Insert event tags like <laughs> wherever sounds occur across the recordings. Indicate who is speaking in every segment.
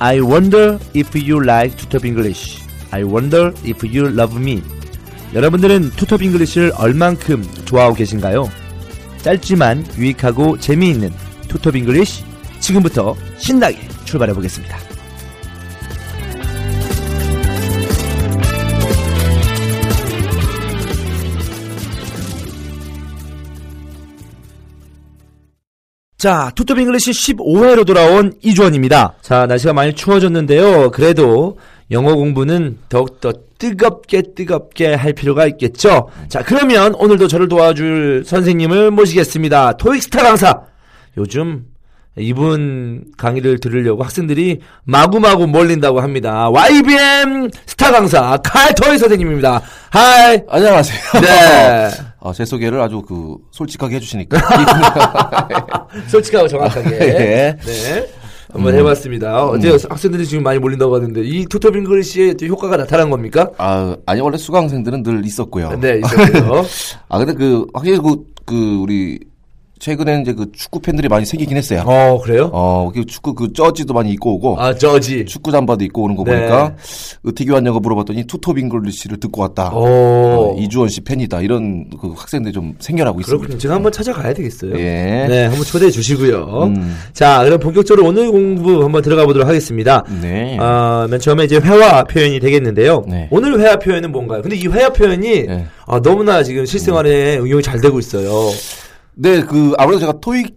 Speaker 1: I wonder if you like 투톱 잉글리시. I wonder if you love me. 여러분들은 투톱 잉글리시를 얼만큼 좋아하고 계신가요? 짧지만 유익하고 재미있는 투톱 잉글리시 지금부터 신나게 출발해 보겠습니다. 자, 투톱 잉글리시 15회로 돌아온 이주원입니다. 자, 날씨가 많이 추워졌는데요. 그래도 영어 공부는 더욱더 뜨겁게 뜨겁게 할 필요가 있겠죠. 자, 그러면 오늘도 저를 도와줄 선생님을 모시겠습니다. 토익스타 강사. 요즘 이분 강의를 들으려고 학생들이 마구마구 몰린다고 합니다. YBM 스타 강사 칼토이 선생님입니다. <laughs> 하이.
Speaker 2: 안녕하세요.
Speaker 1: 네.
Speaker 2: 아, 제 소개를 아주 그
Speaker 1: <laughs>
Speaker 2: 솔직하게 해주시니까.
Speaker 1: 솔직하고 정확하게.
Speaker 2: 예.
Speaker 1: 네. 한번 해봤습니다. 어제
Speaker 2: 음.
Speaker 1: 학생들이 지금 많이 몰린다고 하는데 이 투톱 잉글리시의 또 효과가 나타난 겁니까?
Speaker 2: 아, 아니 원래 수강생들은 늘 있었고요.
Speaker 1: 네, 있었고요.
Speaker 2: 아 근데 그 확실히 그, 그 우리 최근에 이제 그 축구 팬들이 많이 생기긴 했어요.
Speaker 1: 어 그래요?
Speaker 2: 어, 그 축구 그 저지도 많이 입고 오고.
Speaker 1: 아 저지.
Speaker 2: 축구 잠바도 입고 오는 거
Speaker 1: 네.
Speaker 2: 보니까 그 어떻게 왔냐고 물어봤더니 투톱 잉글리시를 듣고 왔다.
Speaker 1: 오.
Speaker 2: 어, 이주원 씨 팬이다. 이런 그 학생들이 좀 생겨나고
Speaker 1: 그렇군요.
Speaker 2: 있습니다.
Speaker 1: 제가 한번 찾아가야 되겠어요.
Speaker 2: 예.
Speaker 1: 네, 한번 초대해 주시고요.
Speaker 2: 음.
Speaker 1: 자, 그럼 본격적으로 오늘 공부 한번 들어가 보도록 하겠습니다.
Speaker 2: 네.
Speaker 1: 아, 맨 처음에 이제 회화 표현이 되겠는데요.
Speaker 2: 네.
Speaker 1: 오늘 회화 표현은 뭔가요? 근데 이 회화 표현이
Speaker 2: 네. 음.
Speaker 1: 아, 너무나 지금 실생활에 응용이 잘 되고 있어요.
Speaker 2: 네, 그 아무래도 제가 토익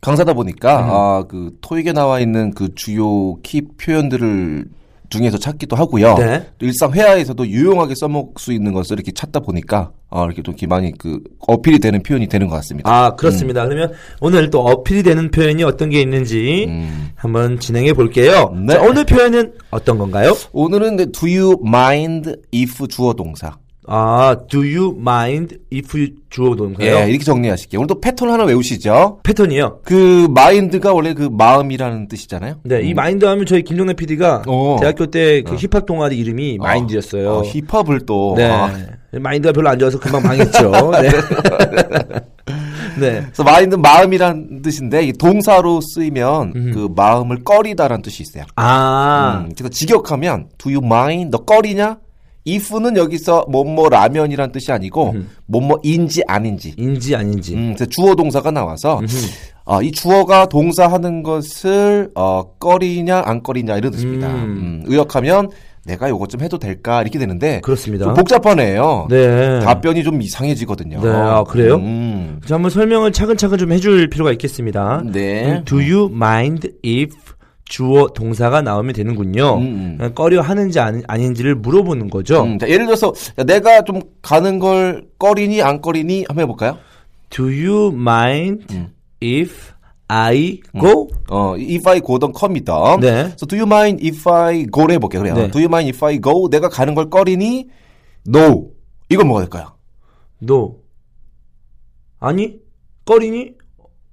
Speaker 2: 강사다 보니까
Speaker 1: 음.
Speaker 2: 아, 그 토익에 나와 있는 그 주요 키 표현들을 중에서 찾기도 하고요.
Speaker 1: 네.
Speaker 2: 또 일상 회화에서도 유용하게 써먹을 수 있는 것을 이렇게 찾다 보니까 아, 이렇게 좀 이렇게 많이 그 어필이 되는 표현이 되는 것 같습니다.
Speaker 1: 아, 그렇습니다. 그러면 오늘 또 어필이 되는 표현이 어떤 게 있는지
Speaker 2: 음.
Speaker 1: 한번 진행해 볼게요.
Speaker 2: 네.
Speaker 1: 자, 오늘 표현은 어떤 건가요?
Speaker 2: 오늘은 근데 do you mind if 주어 동사.
Speaker 1: 아, do you mind if you 주어 놓은가요?
Speaker 2: 예, 이렇게 정리하실게요. 오늘도 패턴 하나 외우시죠.
Speaker 1: 패턴이요.
Speaker 2: 그 마인드가 원래 그 마음이라는 뜻이잖아요.
Speaker 1: 네, 이 마인드 하면 저희 김용래 PD가
Speaker 2: 어.
Speaker 1: 대학교 때 그 힙합 동아리 이름이 마인드였어요.
Speaker 2: 어, 힙합을 또
Speaker 1: 네.
Speaker 2: 아,
Speaker 1: 마인드가 별로 안 좋아서 금방
Speaker 2: <laughs>
Speaker 1: 망했죠. 네. 네.
Speaker 2: 그래서 마인드 마음이란 뜻인데 이 동사로 쓰이면 그 마음을 꺼리다라는 뜻이 있어요.
Speaker 1: 아,
Speaker 2: 음, 그래서 직역하면 do you mind 너 꺼리냐? if는 여기서 뭐뭐 라면이란 뜻이 아니고 뭐뭐인지 아닌지.
Speaker 1: 인지 아닌지.
Speaker 2: 음, 그래서 주어 동사가 나와서 아, 이 주어가 동사하는 것을 어, 꺼리냐 안 꺼리냐 이런 뜻입니다. 음, 의역하면 내가 요것 좀 해도 될까 이렇게 되는데
Speaker 1: 그렇습니다.
Speaker 2: 좀 복잡하네요.
Speaker 1: 그렇죠. 네.
Speaker 2: 답변이 좀 이상해지거든요.
Speaker 1: 네, 아, 그래요?
Speaker 2: 음.
Speaker 1: 그래서 한번 설명을 차근차근 좀 해줄 필요가 있겠습니다.
Speaker 2: 네.
Speaker 1: 음, Do you mind if 주어 동사가 나오면 되는군요.
Speaker 2: 음,
Speaker 1: 음, 꺼려 하는지 아니, 아닌지를 물어보는 거죠.
Speaker 2: 음, 자, 예를 들어서 야, 내가 좀 가는 걸 꺼리니 안 꺼리니 한번 해볼까요?
Speaker 1: Do you mind
Speaker 2: 음.
Speaker 1: if I go?
Speaker 2: 어, if I go then come then.
Speaker 1: 네.
Speaker 2: So do you mind if I go를 해볼게요. 그래요.
Speaker 1: 네.
Speaker 2: Do you mind if I go? 내가 가는 걸 꺼리니? No. 이건 뭐가 될까요?
Speaker 1: No. 아니? 꺼리니?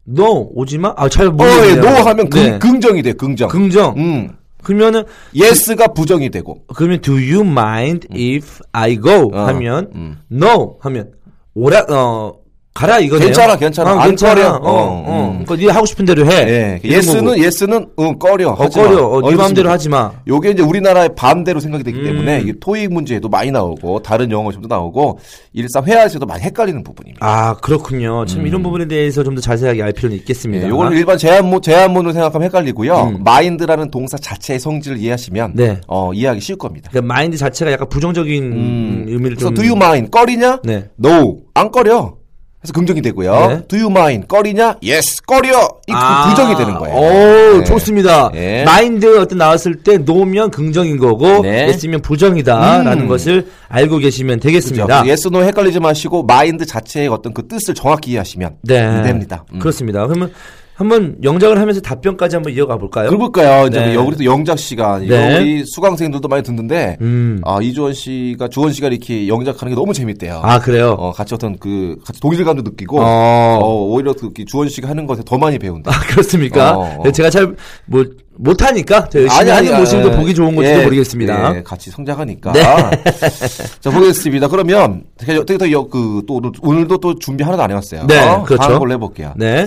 Speaker 1: No. 오지마? 아, 잘
Speaker 2: 어, 예,
Speaker 1: 모르겠네요.
Speaker 2: no 하면 긍,
Speaker 1: 네.
Speaker 2: 긍정이 돼요. 긍정.
Speaker 1: 긍정.
Speaker 2: 음.
Speaker 1: 그러면은
Speaker 2: yes가 부정이 되고.
Speaker 1: 그러면 do you mind if I go
Speaker 2: 음. 어,
Speaker 1: 하면
Speaker 2: 음.
Speaker 1: no 하면 오라 어 가라 이거네요.
Speaker 2: 괜찮아, 괜찮아.
Speaker 1: 아,
Speaker 2: 안
Speaker 1: 괜찮아.
Speaker 2: 꺼려.
Speaker 1: 어, 어.
Speaker 2: 음.
Speaker 1: 그러니까 네 하고 싶은 대로 해.
Speaker 2: 예.
Speaker 1: 이런
Speaker 2: 예스는
Speaker 1: 거고.
Speaker 2: 예스는 응 꺼려.
Speaker 1: 어,
Speaker 2: 하지 마. 뭐.
Speaker 1: 꺼려. 어, 네
Speaker 2: 이렇습니다.
Speaker 1: 마음대로 하지 마.
Speaker 2: 요게 이제 우리나라의 반대로 생각이 되기 때문에
Speaker 1: 음.
Speaker 2: 이게 토익 문제에도 많이 나오고 다른 영어 시험도 나오고 일상 회화에서도 많이 헷갈리는 부분입니다.
Speaker 1: 아 그렇군요. 참 이런 부분에 대해서 좀 더 자세하게 알 필요는 있겠습니다.
Speaker 2: 음. 예, 요걸 일반 제한문 제한문으로 생각하면 헷갈리고요. 마인드라는 동사 자체의 성질을 이해하시면
Speaker 1: 음. 네.
Speaker 2: 어, 이해하기 쉬울 겁니다.
Speaker 1: 그러니까 마인드 자체가 약간 부정적인 음, 의미를
Speaker 2: 그래서
Speaker 1: 좀.
Speaker 2: do you mind 꺼리냐?
Speaker 1: 네.
Speaker 2: no 안 꺼려. 그래서 긍정이 되고요.
Speaker 1: 네.
Speaker 2: do you mind 꺼리냐? yes 꺼려. 이
Speaker 1: 아,
Speaker 2: 부정이 되는 거예요.
Speaker 1: 오,
Speaker 2: 네.
Speaker 1: 좋습니다.
Speaker 2: 예.
Speaker 1: 마인드 어떤 나왔을 때 노면 긍정인 거고
Speaker 2: 네.
Speaker 1: 예스면 부정이다라는
Speaker 2: 음.
Speaker 1: 것을 알고 계시면
Speaker 2: 그죠?
Speaker 1: 되겠습니다.
Speaker 2: yes no 헷갈리지 마시고 마인드 자체의 어떤 그 뜻을 정확히 이해하시면
Speaker 1: 네.
Speaker 2: 됩니다. 음.
Speaker 1: 그렇습니다. 그러면 한번 영작을 하면서 답변까지 한번 이어가 볼까요?
Speaker 2: 그럴까요? 이제
Speaker 1: 네.
Speaker 2: 여기도 영작 시간. 이거
Speaker 1: 네.
Speaker 2: 우리 수강생들도 많이 듣는데,
Speaker 1: 음.
Speaker 2: 아, 이주원 씨가, 주원 씨가 이렇게 영작하는 게 너무 재밌대요.
Speaker 1: 아 그래요.
Speaker 2: 어, 같이 어떤 그, 같이 동일감도 느끼고,
Speaker 1: 어.
Speaker 2: 어, 오히려 그 주원 씨가 하는 것에 더 많이 배운다.
Speaker 1: 아 그렇습니까?
Speaker 2: 어, 어.
Speaker 1: 제가 잘 뭐 못하니까 더 열심히 하는 모습도 보기 좋은 건지도
Speaker 2: 예,
Speaker 1: 모르겠습니다. 네.
Speaker 2: 예, 같이 성장하니까. <laughs> 자, 보겠습니다. 그러면, 어떻게 더, 여- 그, 또, 오늘- 오늘도 또 준비 하나도 안 해왔어요.
Speaker 1: 네,
Speaker 2: 어,
Speaker 1: 그렇죠.
Speaker 2: 다른 걸로 해볼게요.
Speaker 1: 네,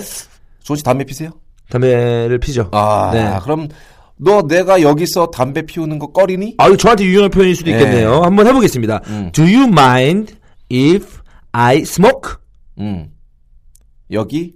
Speaker 2: 주원 씨 담배 피세요?
Speaker 1: 담배를 피죠.
Speaker 2: 아,
Speaker 1: 네.
Speaker 2: 그럼, 너 내가 여기서 담배 피우는 거 꺼리니?
Speaker 1: 아, 이거 저한테 유용한 표현일 수도 있겠네요.
Speaker 2: 예.
Speaker 1: 한번 해보겠습니다. Do you mind if I smoke
Speaker 2: 음. 여기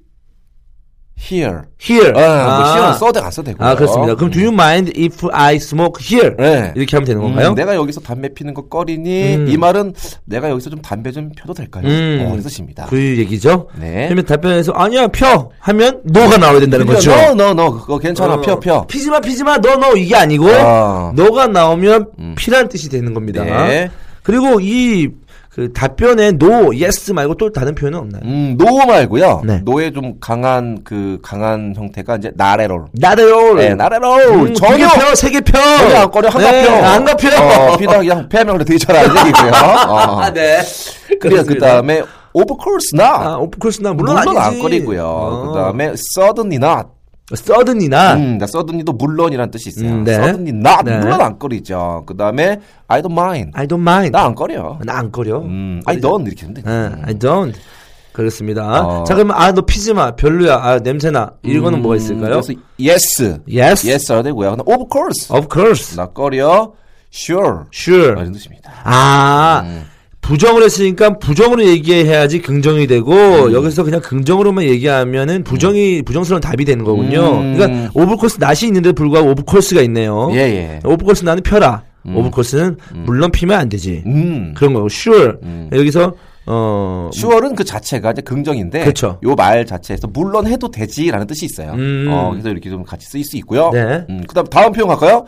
Speaker 2: here.
Speaker 1: here?
Speaker 2: 아, 뭐 here는 써도 되고 안 써도 되고.
Speaker 1: 아, 그렇습니다. 그럼 do you mind if I smoke here?
Speaker 2: 네.
Speaker 1: 이렇게 하면 되는 건가요?
Speaker 2: 음, 내가 여기서 담배 피는 거 꺼리니 이 말은 내가 여기서 좀 담배 좀 펴도 될까요?
Speaker 1: 음.
Speaker 2: 어, 그런 뜻입니다.
Speaker 1: 그 얘기죠.
Speaker 2: 네.
Speaker 1: 그러면 답변에서 아니야 펴 하면 너가 나와야 된다는 거죠.
Speaker 2: 그러니까 어, 너, 너, 너, 그거 괜찮아.
Speaker 1: 어,
Speaker 2: 펴, 펴.
Speaker 1: 피지마 피지마 너 너 이게 아니고
Speaker 2: 아. 음.
Speaker 1: 너가 나오면 피란 뜻이 되는 겁니다.
Speaker 2: 네.
Speaker 1: 그리고 이 그 답변에 no, yes 말고 또 다른 표현은 없나요?
Speaker 2: 음, 노 말고요.
Speaker 1: 네.
Speaker 2: 노의 좀 강한 그 강한 형태가 이제 나래롤.
Speaker 1: 나래요.
Speaker 2: 네, 나래롤.
Speaker 1: 음,
Speaker 2: 전혀
Speaker 1: 두개 펴, 세개 펴.
Speaker 2: 전혀 안 꺼려. 한가
Speaker 1: 네,
Speaker 2: 펴.
Speaker 1: 한가 펴.
Speaker 2: 어, 피다 그냥 폐하면 원래 되게 잘하는 얘기고요. 어.
Speaker 1: <laughs> 아, 네.
Speaker 2: 그래요. 그
Speaker 1: 그렇습니다.
Speaker 2: 다음에 of course not.
Speaker 1: 아, 오프 코스 나 물론,
Speaker 2: 물론,
Speaker 1: 아니지.
Speaker 2: 안 꺼리고요.
Speaker 1: 어.
Speaker 2: 그다음에 suddenly not.
Speaker 1: 서든이나
Speaker 2: 음, 그러니까 suddenly도 물론이란 뜻이 있어요.
Speaker 1: 음, 네.
Speaker 2: suddenly not.
Speaker 1: 네.
Speaker 2: 물론 안 꺼리죠. 그다음에 I don't mind.
Speaker 1: I don't mind.
Speaker 2: 나 안 꺼려.
Speaker 1: 나 안 꺼려.
Speaker 2: 음,
Speaker 1: 네.
Speaker 2: I don't 이렇게 하면 돼.
Speaker 1: 응, 예, I don't. 그렇습니다.
Speaker 2: 어.
Speaker 1: 자, 그러면, 아, 너 피지마, 별로야, 아, 냄새나. 이거는 뭐가 있을까요?
Speaker 2: 음, 그래서 yes.
Speaker 1: yes,
Speaker 2: yes 해야 되고요. 그다음 of course.
Speaker 1: of course,
Speaker 2: 나 꺼려. sure.
Speaker 1: sure.
Speaker 2: 이런 뜻입니다.
Speaker 1: 아,
Speaker 2: 음.
Speaker 1: 부정을 했으니까 부정으로 얘기해야지 긍정이 되고,
Speaker 2: 음.
Speaker 1: 여기서 그냥 긍정으로만 얘기하면은 부정이, 부정스러운 답이 되는 거군요.
Speaker 2: 음.
Speaker 1: 그러니까, of course, 낫이 있는데 불구하고 of course가 있네요.
Speaker 2: 예, 예.
Speaker 1: of course, 나는 펴라. of course는 물론 피면 안 되지.
Speaker 2: 음.
Speaker 1: 그런 거고, sure. 여기서, 어,
Speaker 2: 슈얼은 그 자체가 이제 긍정인데
Speaker 1: 그쵸.
Speaker 2: 요 말 자체에서 물론 해도 되지라는 뜻이 있어요.
Speaker 1: 음.
Speaker 2: 어, 그래서 이렇게 좀 같이 쓰일 수 있고요.
Speaker 1: 네.
Speaker 2: 음, 그다음 다음 표현 갈까요?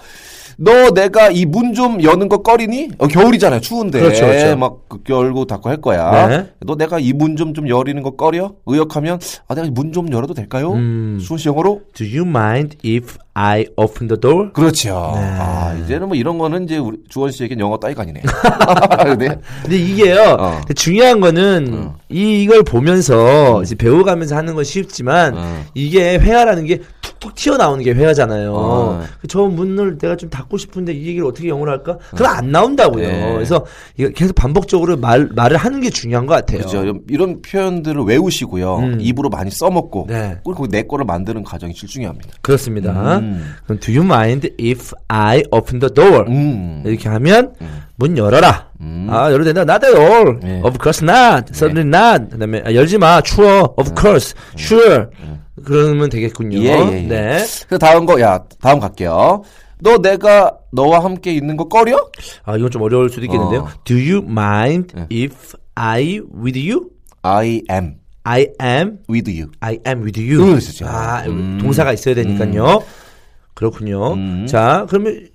Speaker 2: 너 내가 이 문 좀 여는 거 꺼리니? 어, 겨울이잖아요. 추운데
Speaker 1: 그렇죠, 그렇죠.
Speaker 2: 막 그- 열고 닫고 할 거야.
Speaker 1: 네.
Speaker 2: 너 내가 이 문 좀 좀 여리는 거 꺼려? 의역하면 아 내가 문 좀 열어도 될까요?
Speaker 1: 음.
Speaker 2: 수원 씨 영어로
Speaker 1: do you mind if I open the door?
Speaker 2: 그렇죠.
Speaker 1: 네.
Speaker 2: 아, 이제는 뭐 이런 거는 이제 우리 주원 씨에겐 영어
Speaker 1: <laughs>
Speaker 2: 따위가 아니네. 네.
Speaker 1: 근데 이게요.
Speaker 2: 어.
Speaker 1: 중요한 거는 이, 이걸 보면서 이제 배워가면서 하는 건 쉽지만
Speaker 2: 음.
Speaker 1: 이게 회화라는 게 툭툭 튀어나오는 게 회화잖아요. 그
Speaker 2: 어.
Speaker 1: 저 문을 내가 좀 닫고 싶은데 이 얘기를 어떻게 영어로 할까? 그럼 안 나온다고요.
Speaker 2: 네.
Speaker 1: 그래서 이거 계속 반복적으로 말, 말을 하는 게 중요한 것 같아요. 음.
Speaker 2: 그죠. 이런- 이런 표현들을 외우시고요. 입으로 많이 써먹고
Speaker 1: 네.
Speaker 2: 그리고 그내 거를 만드는 과정이 제일 중요합니다.
Speaker 1: 그렇습니다. 그럼 do you mind if I open the door?
Speaker 2: 음.
Speaker 1: 이렇게 하면 문 열어라. 아 열어도 된다. Not at all.
Speaker 2: 네.
Speaker 1: Of course not. Certainly not. 그다음에 아, 열지 마. 추워. Of course. Sure. 그러면 되겠군요.
Speaker 2: 네. 예, 예, 예.
Speaker 1: 네.
Speaker 2: 그래서 다음 거, 야, 다음 갈게요. 너 내가 너와 함께 있는 거 꺼려?
Speaker 1: 아 이건 좀 어려울 수도 있겠는데요.
Speaker 2: 어. 네.
Speaker 1: Do you mind if I with you?
Speaker 2: I am
Speaker 1: I am.
Speaker 2: with you.
Speaker 1: I am with you.
Speaker 2: 음, 음. 진짜.
Speaker 1: 아 동사가 있어야 되니까요. 그렇군요. 자 그러면.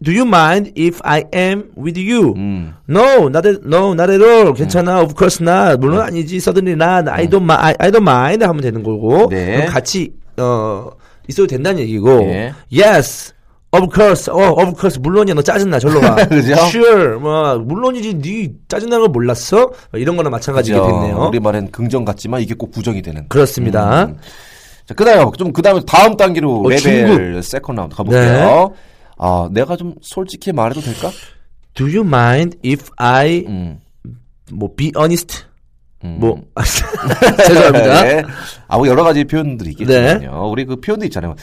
Speaker 1: Do you mind if I am with you?
Speaker 2: 음.
Speaker 1: No, not at, no, not at all. 괜찮아. Of course not.
Speaker 2: 음.
Speaker 1: 물론 아니지. Suddenly not. I don't mind. I, I don't mind 하면 되는 거고.
Speaker 2: 네.
Speaker 1: 그럼 같이 어 있어도 된다는 얘기고.
Speaker 2: 예.
Speaker 1: Yes. Of course. 어, of course. 물론이야. 너 짜증나. 절로 가.
Speaker 2: <laughs> 그죠?
Speaker 1: Sure. 뭐 물론이지. 네 짜증나는 걸 몰랐어? 뭐 이런 거나 마찬가지게 됐네요.
Speaker 2: 우리말엔 음. 긍정 같지만 이게 꼭 부정이 되는.
Speaker 1: 그렇습니다.
Speaker 2: 자, 그 다음, 좀, 그 다음, 다음 단계로
Speaker 1: 어, 네.
Speaker 2: 레벨 세컨 라운드 가볼게요. 아, 내가 좀 솔직히 말해도 될까?
Speaker 1: Do you mind if I
Speaker 2: 음.
Speaker 1: 뭐 be honest?
Speaker 2: 음. <laughs>
Speaker 1: 뭐 <laughs> 죄송합니다.
Speaker 2: 네. 아, 뭐 여러 가지 표현들이 있겠지만요.
Speaker 1: 네.
Speaker 2: 우리 그 표현도 있잖아요.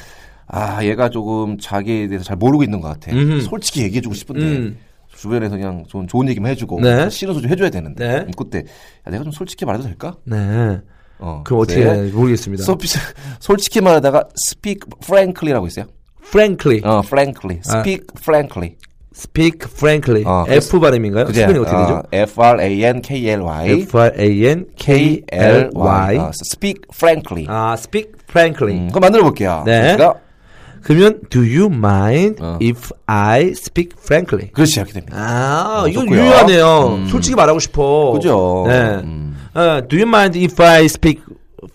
Speaker 2: 아, 얘가 조금 자기에 대해서 잘 모르고 있는 것 같아.
Speaker 1: 음흠.
Speaker 2: 솔직히 얘기해주고 싶은데
Speaker 1: 음.
Speaker 2: 주변에서 그냥 좀 좋은 얘기만 해주고
Speaker 1: 네.
Speaker 2: 싫은 소리 해줘야 되는데
Speaker 1: 네.
Speaker 2: 음, 그때 야, 내가 좀 솔직히 말해도 될까?
Speaker 1: 네.
Speaker 2: 어,
Speaker 1: 그럼 어떻게
Speaker 2: 네.
Speaker 1: 해야 되는지 모르겠습니다.
Speaker 2: 소- <laughs> 솔직히 말하다가 speak frankly라고 있어요.
Speaker 1: frankly,
Speaker 2: 어, frankly,
Speaker 1: 아.
Speaker 2: speak frankly.
Speaker 1: speak frankly.
Speaker 2: 어,
Speaker 1: F 발음인가요?
Speaker 2: 그제
Speaker 1: 스펠링 어떻게 되죠?
Speaker 2: 어, F R A N K L Y
Speaker 1: F R A N K L Y.
Speaker 2: 어, speak frankly.
Speaker 1: 아, speak frankly.
Speaker 2: 음, 그럼 만들어 볼게요. 그렇죠?
Speaker 1: 네.
Speaker 2: 제가
Speaker 1: 그러면 do you mind
Speaker 2: 어.
Speaker 1: if I speak frankly?
Speaker 2: 그렇지 이렇게 됩니다.
Speaker 1: 아,
Speaker 2: 어,
Speaker 1: 이거
Speaker 2: 좋고요.
Speaker 1: 유효하네요.
Speaker 2: 음.
Speaker 1: 솔직히 말하고 싶어.
Speaker 2: 그죠.
Speaker 1: 네.
Speaker 2: 음.
Speaker 1: 어, do you mind if I speak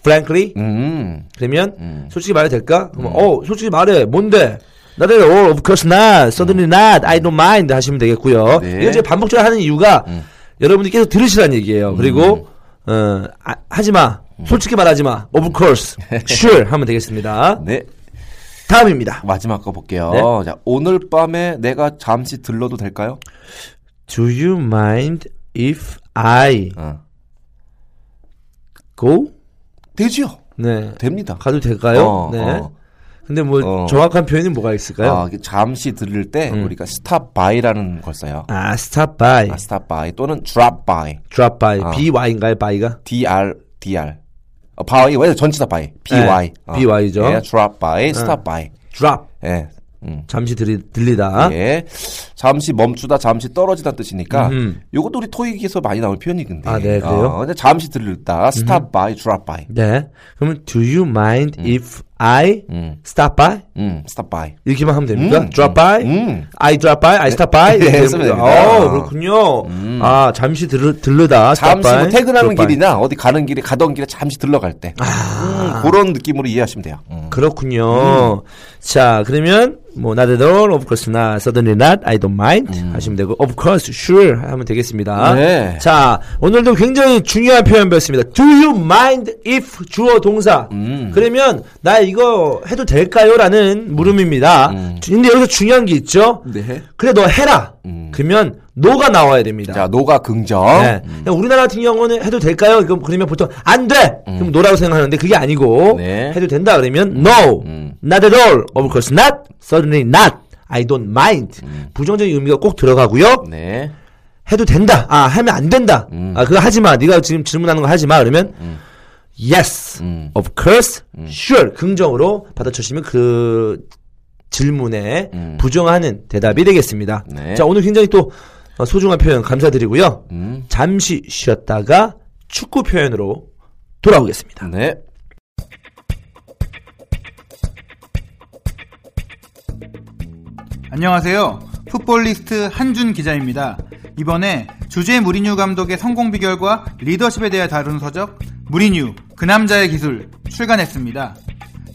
Speaker 1: frankly?
Speaker 2: 음.
Speaker 1: 그러면
Speaker 2: 음.
Speaker 1: 솔직히 말해도 될까? 그러면 어, 솔직히 말해. 뭔데? 나를 oh, of course not, certainly not, I don't mind 하시면 되겠고요.
Speaker 2: 음. 네. 음.
Speaker 1: 이거 제가 반복적으로 하는 이유가 여러분이 계속 들으시라는 얘기예요. 그리고 어, 아, 하지 마.
Speaker 2: 음.
Speaker 1: 솔직히 말하지 마. Of
Speaker 2: <laughs>
Speaker 1: course, sure 하면 되겠습니다.
Speaker 2: 네.
Speaker 1: 다음입니다.
Speaker 2: 마지막 거 볼게요.
Speaker 1: 네.
Speaker 2: 자, 오늘 밤에 내가 잠시 들러도 될까요?
Speaker 1: Do you mind if I
Speaker 2: 어.
Speaker 1: go?
Speaker 2: 되지요.
Speaker 1: 네.
Speaker 2: 됩니다.
Speaker 1: 가도 될까요?
Speaker 2: 어,
Speaker 1: 네.
Speaker 2: 어.
Speaker 1: 근데 뭐
Speaker 2: 어.
Speaker 1: 정확한 표현이 뭐가
Speaker 2: 아,
Speaker 1: 있을까요?
Speaker 2: 이게 잠시 들을 때 우리가 stop by라는 걸 써요.
Speaker 1: 음. 아, stop by,
Speaker 2: 아, stop by 또는 drop by.
Speaker 1: drop by,
Speaker 2: 아.
Speaker 1: by인가요? by가?
Speaker 2: DR, DR. 어, by, 왜 전체 다 by. BY.
Speaker 1: 네, by 죠. 네.
Speaker 2: 예, drop by, stop by.
Speaker 1: drop.
Speaker 2: 예. 음.
Speaker 1: 잠시 들이, 들리다.
Speaker 2: 예. 잠시 멈추다, 잠시 떨어지다 뜻이니까
Speaker 1: 음.
Speaker 2: 요것도 우리 토익에서 많이 나올 표현이근데.
Speaker 1: 아, 네, 그래요?
Speaker 2: 어, 근데 잠시 들렸다. stop by, drop by.
Speaker 1: 네. 그러면 do you mind if I
Speaker 2: 음.
Speaker 1: stop by?
Speaker 2: 음, stop by.
Speaker 1: 이렇게만 하면 됩니까?
Speaker 2: 음,
Speaker 1: drop
Speaker 2: 음,
Speaker 1: by?
Speaker 2: 음.
Speaker 1: I drop by? I stop by?
Speaker 2: 네,
Speaker 1: 이렇게
Speaker 2: 쓰면
Speaker 1: 됩니다.
Speaker 2: 됩니다. 음.
Speaker 1: 어, 그렇군요. 아, 잠시 들, 들르다. stop
Speaker 2: 잠시 뭐
Speaker 1: by,
Speaker 2: 퇴근하는
Speaker 1: drop by.
Speaker 2: 길이나 어디 가는 길에 가던 길에 잠시 들러갈 때. 음, 그런 느낌으로 이해하시면 돼요. 음.
Speaker 1: 그렇군요. 자, 그러면 뭐 not at all, of course not, certainly not, I don't mind 하시면 되고 of course, sure 하면 되겠습니다.
Speaker 2: 음. 네.
Speaker 1: 자, 오늘도 굉장히 중요한 표현 배웠습니다. Do you mind if 주어 동사?
Speaker 2: 음.
Speaker 1: 그러면 나 이거 해도 될까요라는 물음입니다. 근데 여기서 중요한 게 있죠.
Speaker 2: 네. 음.
Speaker 1: 그래 너 해라. 그러면 no가 나와야 됩니다.
Speaker 2: 자, 노가 긍정.
Speaker 1: 네.
Speaker 2: 음.
Speaker 1: 그냥 우리나라 같은 경우는 해도 될까요? 그럼 그러면 보통 안 돼. 그럼 노라고 생각하는데 그게 아니고
Speaker 2: 음. 네. 음.
Speaker 1: 해도 된다 그러면 no, not at all, of course not, certainly not, I don't mind. 부정적인 의미가 꼭 들어가고요.
Speaker 2: 음. 네.
Speaker 1: 해도 된다. 아 하면 안 된다.
Speaker 2: 음.
Speaker 1: 아 그거 하지 마. 네가 지금 질문하는 거 하지 마. 그러면 yes,
Speaker 2: 음.
Speaker 1: of course, sure 긍정으로 받아쳐시면 그 질문에 부정하는 대답이 되겠습니다.
Speaker 2: 음. 네.
Speaker 1: 자 오늘 굉장히 또 어, 소중한 표현 감사드리고요.
Speaker 2: 음.
Speaker 1: 잠시 쉬었다가 축구 표현으로 돌아오겠습니다.
Speaker 2: 네.
Speaker 3: 안녕하세요. 풋볼리스트 한준 기자입니다. 이번에 주제 무리뉴 감독의 성공 비결과 리더십에 대해 다룬 서적 무리뉴 그 남자의 기술 출간했습니다.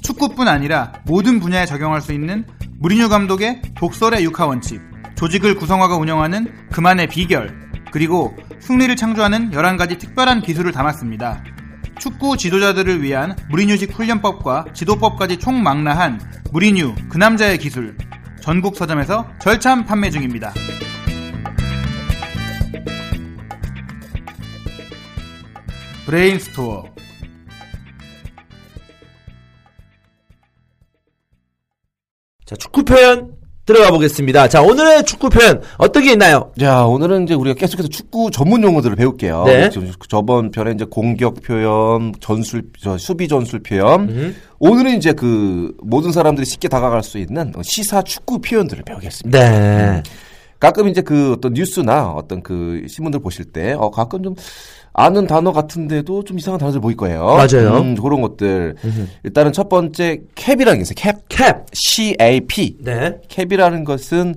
Speaker 3: 축구뿐 아니라 모든 분야에 적용할 수 있는 무리뉴 감독의 독설의 육하 원칙, 조직을 구성화가 운영하는 그만의 비결, 그리고 승리를 창조하는 11가지 특별한 기술을 담았습니다. 축구 지도자들을 위한 무리뉴식 훈련법과 지도법까지 총망라한 무리뉴 그 남자의 기술 전국 서점에서 절찬 판매 중입니다. 브레인스토어
Speaker 1: 자, 축구 표현 들어가 보겠습니다. 자, 오늘의 축구 표현 어떤 게 있나요?
Speaker 2: 자, 오늘은 이제 우리가 계속해서 축구 전문 용어들을 배울게요.
Speaker 1: 네.
Speaker 2: 지금 저번 편에 이제 공격 표현, 전술, 저 수비 전술 표현. 오늘은 이제 그 모든 사람들이 쉽게 다가갈 수 있는 시사 축구 표현들을 배우겠습니다. 음.
Speaker 1: 네.
Speaker 2: 가끔 이제 그 어떤 뉴스나 어떤 그 신문들 보실 때, 어, 가끔 좀 아는 단어 같은데도 좀 이상한 단어들 보일 거예요.
Speaker 1: 맞아요.
Speaker 2: 음, 그런 것들. 일단은 첫 번째 캡이라는 게 있어요. 캡.
Speaker 1: 캡.
Speaker 2: CAP.
Speaker 1: 네.
Speaker 2: 캡이라는 것은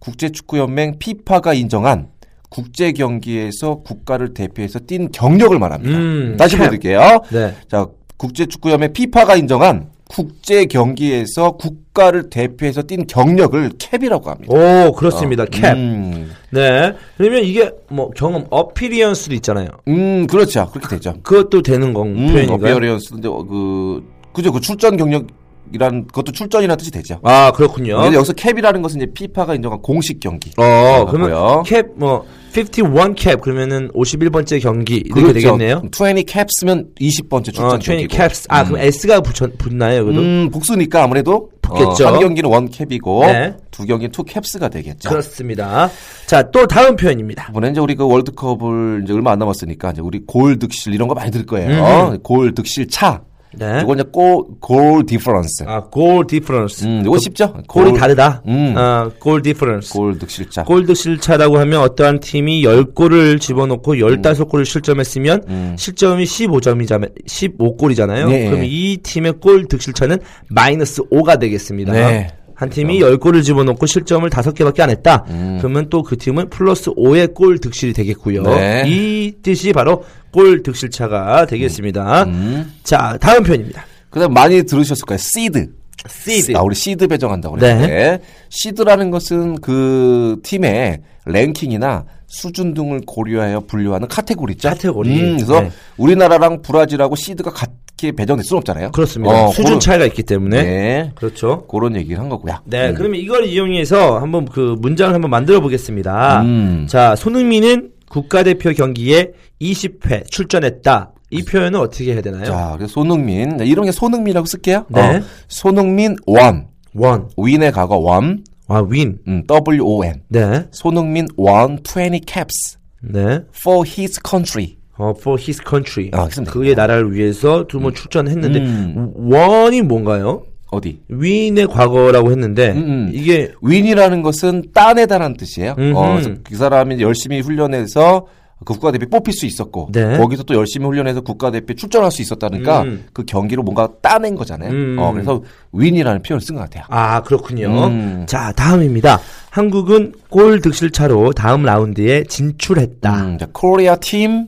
Speaker 2: 국제축구연맹 피파가 인정한 국제 경기에서 국가를 대표해서 뛴 경력을 말합니다.
Speaker 1: 음,
Speaker 2: 다시
Speaker 1: 캡.
Speaker 2: 보여드릴게요.
Speaker 1: 네.
Speaker 2: 자, 국제축구연맹 피파가 인정한 국제 경기에서 국가를 대표해서 뛴 경력을 캡이라고 합니다.
Speaker 1: 오, 그렇습니다. 캡.
Speaker 2: 음,
Speaker 1: 네. 그러면 이게 뭐 경험 어피리언스도 있잖아요.
Speaker 2: 음, 그렇죠. 그렇게 되죠.
Speaker 1: 그것도 되는 건
Speaker 2: 음,
Speaker 1: 표현인가요?
Speaker 2: 어피어리언스인데 어, 그 그죠 그 출전 경력 이란 그것도 출전이라는 뜻이 되죠.
Speaker 1: 아, 그렇군요.
Speaker 2: 근데 여기서 캡이라는 것은 이제 피파가 인정한 공식 경기.
Speaker 1: 어, 그러면
Speaker 2: 하고요.
Speaker 1: 캡, 뭐, 51캡, 그러면은 51번째 경기, 이렇게
Speaker 2: 그렇죠.
Speaker 1: 되겠네요.
Speaker 2: 20 캡스면 20번째 출전
Speaker 1: 어, 20
Speaker 2: 경기고.
Speaker 1: 캡스. 아, 그럼 S가 붙, 붙나요, 그래도?
Speaker 2: 음, 복수니까 아무래도
Speaker 1: 붙겠죠.
Speaker 2: 어, 한 경기는 원 캡이고
Speaker 1: 네.
Speaker 2: 두 경기는 투 캡스가 되겠죠.
Speaker 1: 그렇습니다. 자, 또 다음 표현입니다.
Speaker 2: 이번에 이제 우리 그 월드컵을 이제 얼마 안 남았으니까 이제 우리 골 득실 이런 거 많이 들 거예요. 어, 골 득실 차.
Speaker 1: 음. 네.
Speaker 2: 이건 이제 골골 디퍼런스.
Speaker 1: 아, 골 디퍼런스.
Speaker 2: 음, 이거 쉽죠?
Speaker 1: 골이 다르다.
Speaker 2: 음.
Speaker 1: 아, 골 디퍼런스.
Speaker 2: 골 득실 차.
Speaker 1: 골드 실차라고 하면 어떠한 팀이 10골을 집어넣고
Speaker 2: 음.
Speaker 1: 15골을 실점했으면 실점이 15점이자 15골이잖아요.
Speaker 2: 네.
Speaker 1: 그럼 이 팀의 골 득실차는 마이너스 5가 되겠습니다.
Speaker 2: 네.
Speaker 1: 한 팀이 10골을 집어넣고 실점을 5개밖에 안 했다.
Speaker 2: 음.
Speaker 1: 그러면 또 그 팀은 플러스 5의 골 득실이 되겠고요.
Speaker 2: 네.
Speaker 1: 이 뜻이 바로 골 득실차가 되겠습니다.
Speaker 2: 음.
Speaker 1: 자, 다음 표현입니다.
Speaker 2: 그다음 많이 들으셨을 거예요. 시드.
Speaker 1: 시드.
Speaker 2: 아, 우리 시드 배정한다고
Speaker 1: 네.
Speaker 2: 그랬는데 시드라는 것은 그 팀의 랭킹이나 수준 등을 고려하여 분류하는 카테고리죠.
Speaker 1: 카테고리.
Speaker 2: 음, 그래서
Speaker 1: 네.
Speaker 2: 우리나라랑 브라질하고 시드가 같게 배정될 수는 없잖아요.
Speaker 1: 그렇습니다.
Speaker 2: 어,
Speaker 1: 수준
Speaker 2: 그런-
Speaker 1: 차이가 있기 때문에.
Speaker 2: 네.
Speaker 1: 그렇죠.
Speaker 2: 그런 얘기를 한 거고요.
Speaker 1: 네,
Speaker 2: 음.
Speaker 1: 그러면 이걸 이용해서 한번 그 문장을 한번 만들어 보겠습니다.
Speaker 2: 음.
Speaker 1: 자, 손흥민은 국가대표 경기에 20회 출전했다. 이 표현은 어떻게 해야 되나요?
Speaker 2: 자, 그래서 손흥민. 네, 이런 게 손흥민이라고 쓸게요.
Speaker 1: 네.
Speaker 2: 어, 손흥민 원.
Speaker 1: 원,
Speaker 2: 윈의 과거 원.
Speaker 1: 와, 윈.
Speaker 2: 음, WON.
Speaker 1: 아, 네,
Speaker 2: 손흥민 원 20 caps
Speaker 1: 네.
Speaker 2: for his country.
Speaker 1: 어, for his country.
Speaker 2: 아, 그렇습니다.
Speaker 1: 그의 나라를 위해서 두 번 출전했는데
Speaker 2: 음.
Speaker 1: 원이 뭔가요?
Speaker 2: 어디?
Speaker 1: 윈의 과거라고 했는데
Speaker 2: 음, 음.
Speaker 1: 이게
Speaker 2: 윈이라는 것은 따내다라는 뜻이에요.
Speaker 1: 음흠.
Speaker 2: 어, 그래서 그 사람이 열심히 훈련해서 그 국가대표 뽑힐 수 있었고
Speaker 1: 네.
Speaker 2: 거기서 또 열심히 훈련해서 국가대표 출전할 수 있었다니까
Speaker 1: 음.
Speaker 2: 그 경기로 뭔가 따낸 거잖아요.
Speaker 1: 음.
Speaker 2: 어, 그래서 윈이라는 표현을 쓴 것 같아요.
Speaker 1: 아 그렇군요.
Speaker 2: 음.
Speaker 1: 자 다음입니다. 한국은 골 득실차로 다음 라운드에 진출했다.
Speaker 2: 음, 이제 코리아 팀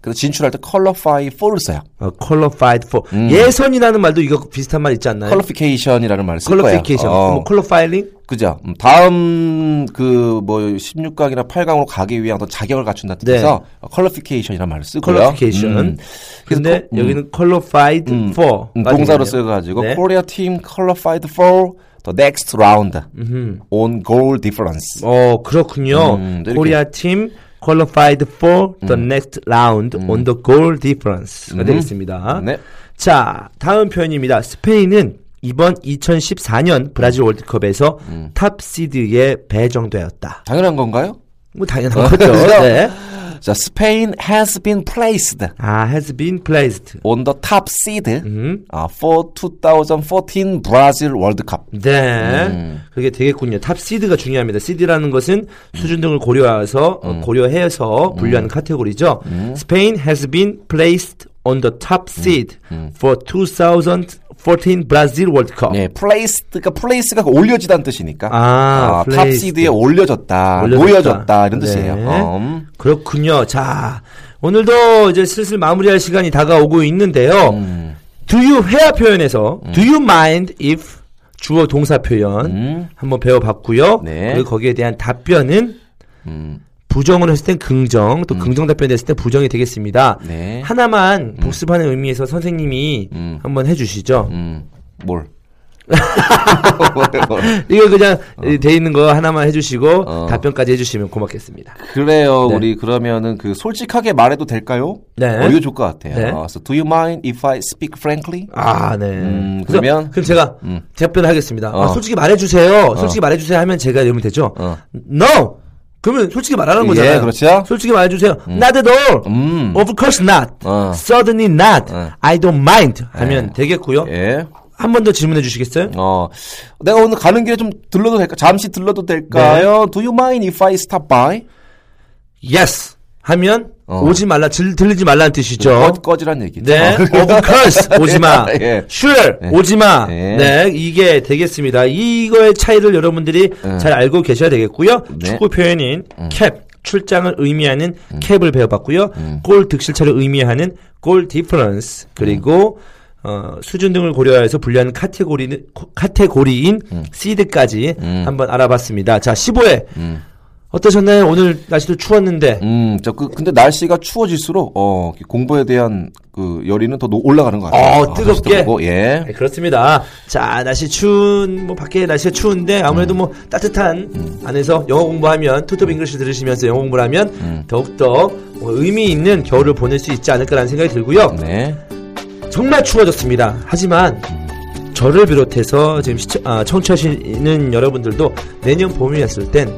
Speaker 2: 그래서 진출할 때 컬러파이 4를 써요.
Speaker 1: 어, qualified for
Speaker 2: 음.
Speaker 1: 예선이라는 말도 이거 비슷한 말 있지 않나요?
Speaker 2: 컬러피케이션이라는 말을 쓸 거예요.
Speaker 1: 컬러피케이션,
Speaker 2: 어,
Speaker 1: 네. 뭐 컬러파일링?
Speaker 2: 그죠. 음, 다음 그 뭐 16강이나 8강으로 가기 위한 어떤 자격을 갖춘다는
Speaker 1: 네.
Speaker 2: 뜻에서 컬러피케이션이라는 말을 쓰고요.
Speaker 1: 컬러피케이션.
Speaker 2: 음. 그래서
Speaker 1: 근데
Speaker 2: 코- 음.
Speaker 1: 여기는 qualified
Speaker 2: 음,
Speaker 1: for
Speaker 2: 음,
Speaker 1: 가
Speaker 2: 동사로
Speaker 1: 되겠네요.
Speaker 2: 써가지고
Speaker 1: 네.
Speaker 2: Korea team qualified for the next round on goal difference.
Speaker 1: 어 그렇군요.
Speaker 2: 음, 이렇게. 음.
Speaker 1: 코리아 팀 qualified for the next round on the goal difference가 되겠습니다.
Speaker 2: 네.
Speaker 1: 자 다음 표현입니다. 스페인은 이번 2014년 브라질
Speaker 2: 음.
Speaker 1: 월드컵에서 탑 시드에 배정되었다.
Speaker 2: 당연한 건가요?
Speaker 1: 뭐 당연한 거죠.
Speaker 2: 어, 그죠?
Speaker 1: 네.
Speaker 2: 자, Spain has been placed
Speaker 1: 아 has been placed.
Speaker 2: on the top seed 아, for 2014 Brazil World Cup.
Speaker 1: 네. 그게 되겠군요. 탑 시드가 중요합니다. 시드라는 것은 수준 등을 고려해서 어, 고려해서 분류하는 카테고리죠. Spain has been placed on the top seed for 2014 Brazil World Cup.
Speaker 2: 네, placed가 place가 올려지다는 뜻이니까.
Speaker 1: 아,
Speaker 2: 탑
Speaker 1: placed.
Speaker 2: 시드에 올려졌다,
Speaker 1: 올려졌다.
Speaker 2: 아, 모여졌다 이런
Speaker 1: 네.
Speaker 2: 뜻이에요. 어, 음.
Speaker 1: 그렇군요. 자, 오늘도 이제 슬슬 마무리할 시간이 다가오고 있는데요.
Speaker 2: 음.
Speaker 1: Do you 회화 표현에서 Do you mind if 주어 동사 표현 한번 배워봤고요.
Speaker 2: 음. 네. 음.
Speaker 1: 그리고 거기에 대한 답변은 부정을 했을 땐 긍정, 또 긍정 답변이 됐을 땐 부정이 되겠습니다.
Speaker 2: 네.
Speaker 1: 하나만 복습하는 의미에서 선생님이 한번 해주시죠.
Speaker 2: 음, 뭘? <laughs>
Speaker 1: 이거 그냥 돼 있는 거 하나만 해주시고
Speaker 2: 어.
Speaker 1: 답변까지 해주시면 고맙겠습니다.
Speaker 2: 그래요.
Speaker 1: 네.
Speaker 2: 우리 그러면은 그 솔직하게 말해도 될까요?
Speaker 1: 네.
Speaker 2: 어, 이거 좋을 것 같아요.
Speaker 1: 네.
Speaker 2: 어, so do you mind if I speak frankly?
Speaker 1: 아, 네.
Speaker 2: 음,
Speaker 1: 그래서
Speaker 2: 그러면? 음.
Speaker 1: 그럼 제가 답변하겠습니다. 아,
Speaker 2: 어.
Speaker 1: 솔직히 말해주세요. 솔직히 말해주세요 하면 제가 이러면 되죠.
Speaker 2: 어.
Speaker 1: No. 그러면 솔직히 말하는
Speaker 2: 예,
Speaker 1: 거잖아요.
Speaker 2: 그렇죠.
Speaker 1: 솔직히 말해주세요. Not at all.
Speaker 2: 음.
Speaker 1: Of course not.
Speaker 2: 어.
Speaker 1: Certainly not.
Speaker 2: 어.
Speaker 1: I don't mind. 하면 되겠고요.
Speaker 2: 예.
Speaker 1: 한 번 더 질문해 주시겠어요?
Speaker 2: 어, 내가 오늘 가는 길에 좀 들러도 될까? 잠시 들러도 될까요?
Speaker 1: 네.
Speaker 2: Do you mind if I stop by?
Speaker 1: Yes. 하면
Speaker 2: 어.
Speaker 1: 오지 말라, 질, 들리지 말라는 뜻이죠.
Speaker 2: 꺼- 꺼지란 얘기죠. 어,
Speaker 1: 네, of course 오지마,
Speaker 2: <laughs> 예.
Speaker 1: sure 오지마,
Speaker 2: 예.
Speaker 1: 네 이게 되겠습니다. 이거의 차이를 여러분들이 잘 알고 계셔야 되겠고요.
Speaker 2: 예. 네. 음.
Speaker 1: 축구 표현인 캡 출장을 의미하는 캡을 배워봤고요. 골 득실차를 의미하는 골 디퍼런스 그리고 어, 수준 등을 고려해서 분류하는
Speaker 2: 음.
Speaker 1: 카테고리는 카테고리인 시드까지 한번 알아봤습니다. 자, 15회 어떠셨나요? 오늘 날씨도 추웠는데.
Speaker 2: 음, 저 그, 근데 날씨가 추워질수록 어, 공부에 대한 그 열의는 더 노- 올라가는 것 같아요.
Speaker 1: 어,
Speaker 2: 아,
Speaker 1: 뜨겁게.
Speaker 2: 날씨도 보고, 예.
Speaker 1: 네, 그렇습니다. 자, 날씨 추운, 뭐, 밖에 날씨가 추운데, 아무래도 뭐, 따뜻한 안에서 영어 공부하면, 투톱 잉글리시 들으시면서 영어 공부를 하면,
Speaker 2: 음.
Speaker 1: 더욱더 뭐 의미 있는 겨울을 보낼 수 있지 않을까라는 생각이 들고요.
Speaker 2: 네.
Speaker 1: 정말 추워졌습니다. 하지만 저를 비롯해서 지금 시청, 아, 청취하시는 여러분들도 내년 봄이 왔을 땐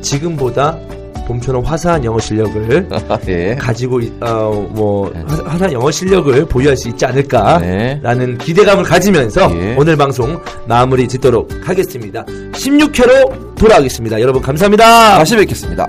Speaker 1: 지금보다 봄처럼 화사한 영어 실력을
Speaker 2: 예.
Speaker 1: 가지고 있- 어, 뭐 화- 화사한 영어 실력을 보유할 수 있지 않을까라는
Speaker 2: 네.
Speaker 1: 기대감을 가지면서
Speaker 2: 예.
Speaker 1: 오늘 방송 마무리 짓도록 하겠습니다. 16회로 돌아오겠습니다. 여러분 감사합니다.
Speaker 2: 다시 뵙겠습니다.